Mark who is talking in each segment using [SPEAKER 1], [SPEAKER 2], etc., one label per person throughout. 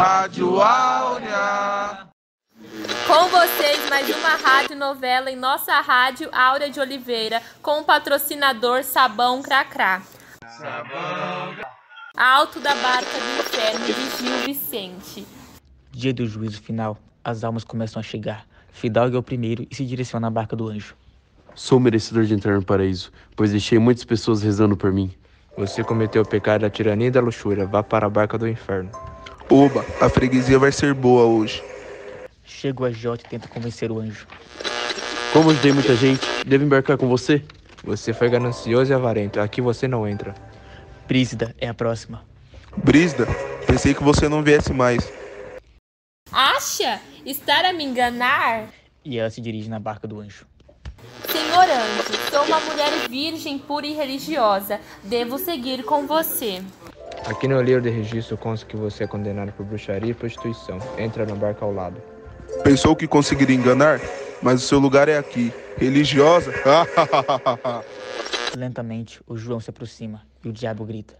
[SPEAKER 1] Rádio Áurea.
[SPEAKER 2] Com vocês, mais uma rádio novela em nossa rádio Áurea de Oliveira, com o patrocinador Sabão Cracrá.
[SPEAKER 1] Sabão.
[SPEAKER 2] Alto da Barca do Inferno, de Gil Vicente.
[SPEAKER 3] Dia do juízo final, as almas começam a chegar. Fidalgo é o primeiro e se direciona à barca do anjo.
[SPEAKER 4] Sou merecedor de entrar no paraíso, pois deixei muitas pessoas rezando por mim.
[SPEAKER 5] Você cometeu o pecado da tirania e da luxúria. Vá para a barca do inferno.
[SPEAKER 1] Oba, a freguesia vai ser boa hoje.
[SPEAKER 3] Chega o agiota e tenta convencer o anjo.
[SPEAKER 4] Como ajudei muita gente, devo embarcar com você?
[SPEAKER 5] Você foi ganancioso e avarento. Aqui você não entra.
[SPEAKER 3] Brísida é a próxima.
[SPEAKER 1] Brísida, pensei que você não viesse mais.
[SPEAKER 2] Acha? Estar a me enganar?
[SPEAKER 3] E ela se dirige na barca do anjo.
[SPEAKER 2] Senhor anjo, sou uma mulher virgem, pura e religiosa. Devo seguir com você.
[SPEAKER 5] Aqui no livro de registro consta que você é condenado por bruxaria e prostituição. Entra na barca ao lado.
[SPEAKER 1] Pensou que conseguiria enganar? Mas o seu lugar é aqui. Religiosa?
[SPEAKER 3] Lentamente, o João se aproxima e o diabo grita.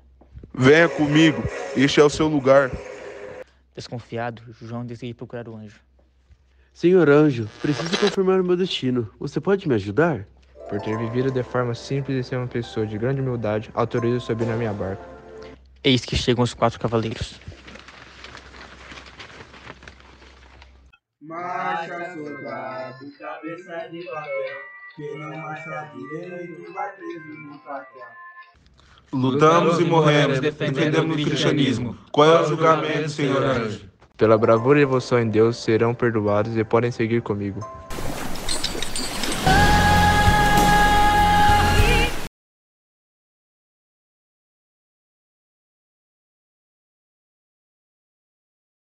[SPEAKER 1] Venha comigo, este é o seu lugar.
[SPEAKER 3] Desconfiado, João decide procurar o anjo.
[SPEAKER 4] Senhor anjo, preciso confirmar o meu destino. Você pode me ajudar?
[SPEAKER 5] Por ter vivido de forma simples e ser uma pessoa de grande humildade, autorizo subir na minha barca.
[SPEAKER 3] Eis que chegam os quatro cavaleiros.
[SPEAKER 6] Marcha, soldado, cabeça de papel. Quem não marcha direito vai preso no papel.
[SPEAKER 1] Lutamos e morremos, defendemos o cristianismo. Qual é o julgamento, senhor anjo?
[SPEAKER 5] Pela bravura e devoção em Deus, serão perdoados e podem seguir comigo.